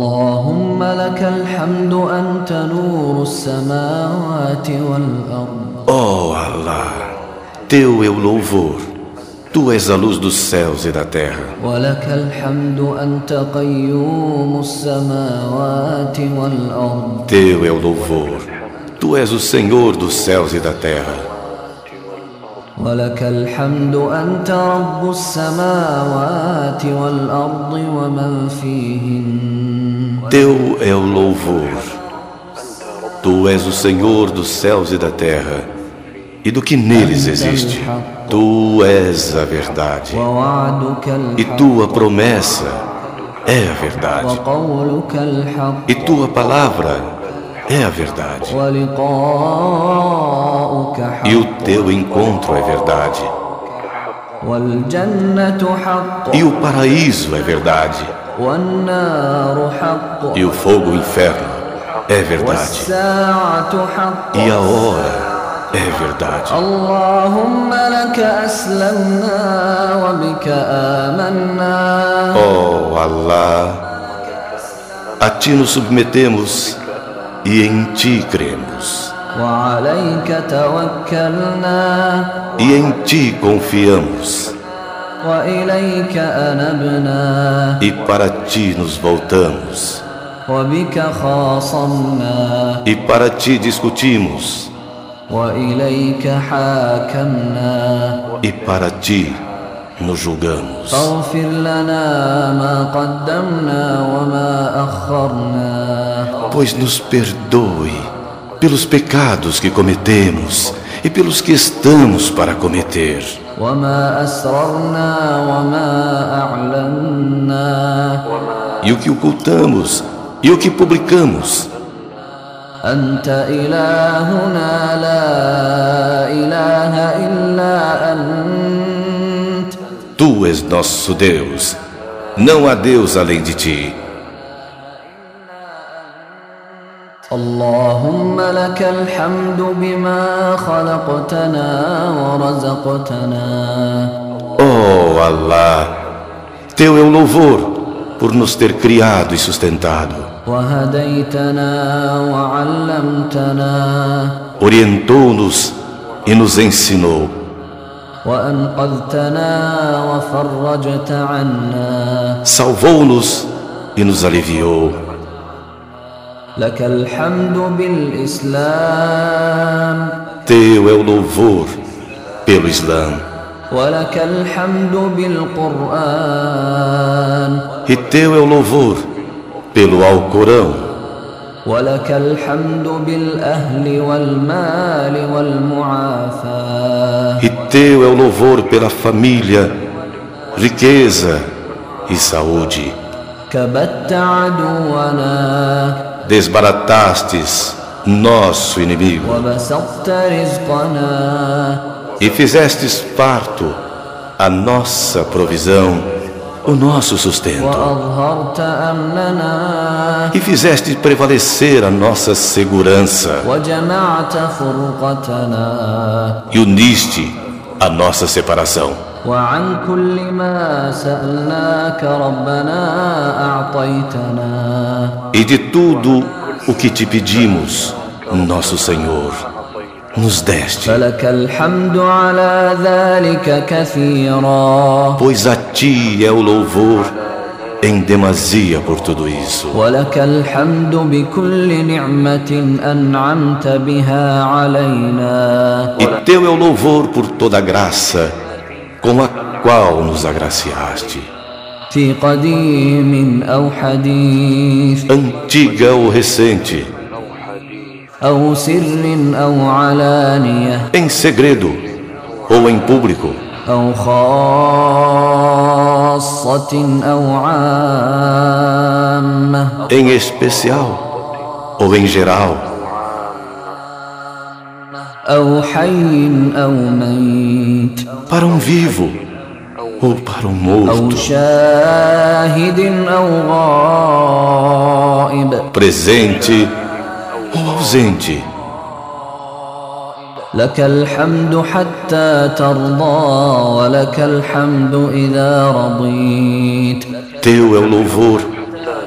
اللهم لك الحمد أنت نور السماوات والأرض Oh Alá, teu é o louvor. Tu és a luz dos céus e da terra. ولك الحمد أنت قيوم السماوات والأرض Teu é o louvor. Tu és o Senhor dos céus e da terra. ولك الحمد أنت رب السماوات والأرض ومن فيهن Teu é o louvor. Tu és o Senhor dos céus e da terra e do que neles existe. Tu és a verdade. ووعدك E الحق tua promessa é a verdade. وقولك الحق E tua palavra é a verdade. ولقاؤك E حق o teu encontro é verdade. والجنة حق E o paraíso é verdade. والنار حق E o fogo, o inferno, é verdade. والساعة حق E a hora é verdade. اللهم لك أسلمنا وبك آمنا Oh Alá, a ti nos submetemos e em ti cremos. وعليك توكلنا E em ti confiamos. وإليك أنبنا E para ti nos voltamos. وبك خاصمنا E para ti discutimos. وإليك حاكمنا E para ti nos julgamos. فاغفر لنا ما قدمنا وما أخرنا Pois nos perdoe pelos pecados que cometemos e pelos que estamos para cometer. وما أسررنا وما أعلنا e o que ocultamos e o que publicamos. أنت إلهنا لا إله إلا أنت Tu és nosso Deus. Não há Deus além de ti. اللهم لك الحمد بما خلقتنا ورزقتنا Oh Alá, teu é o louvor por nos ter criado e sustentado. وهديتنا وعلمتنا Orientou-nos e nos ensinou. وأنقذتنا وفرجت عنا Salvou-nos e nos aliviou. لك الحمد بالإسلام Teu é o louvor pelo Islã. ولك الحمد بالقرآن E teu é o louvor pelo Alcorão. ولك الحمد بالأهل والمال والمعافاة E teu é o louvor pela família, riqueza e saúde. كبت عدونا desbaratastes nosso inimigo وبسطت رزقنا e fizestes farto a nossa provisão, o nosso sustento, وأظهرت أمننا e fizeste prevalecer a nossa segurança وجمعت فرقتنا e uniste a nossa separação. وعن كل ما سألناك ربنا أعطيتنا E de tudo o que te pedimos, nosso Senhor, nos deste, فلك الحمد على ذلك كثيرا pois a ti é o louvor em demasia por tudo isso. ولك الحمد بكل نعمة أنعمت بها علينا E teu é o louvor por toda a graça com a qual nos agraciaste, في قديم أو حديث antiga ou recente, أو سر أو علانية em segredo ou em público, أو خاصة أو عامة em especial ou em geral, أو حي أو ميت para um vivo ou para um أو morto, شاهد أو غائب presente ou ausente. لك الحمد حتى ترضى ولك الحمد إذا رضيت Teu é o louvor.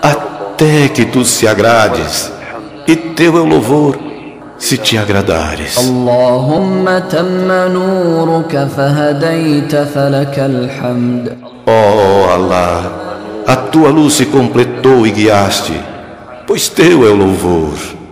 até que tu se agrades, e teu é o louvor, se te agradares. اللهم تم نورك فهديت فلك الحمد Ó Alá, a tua luz se completou e guiaste, pois teu é o louvor.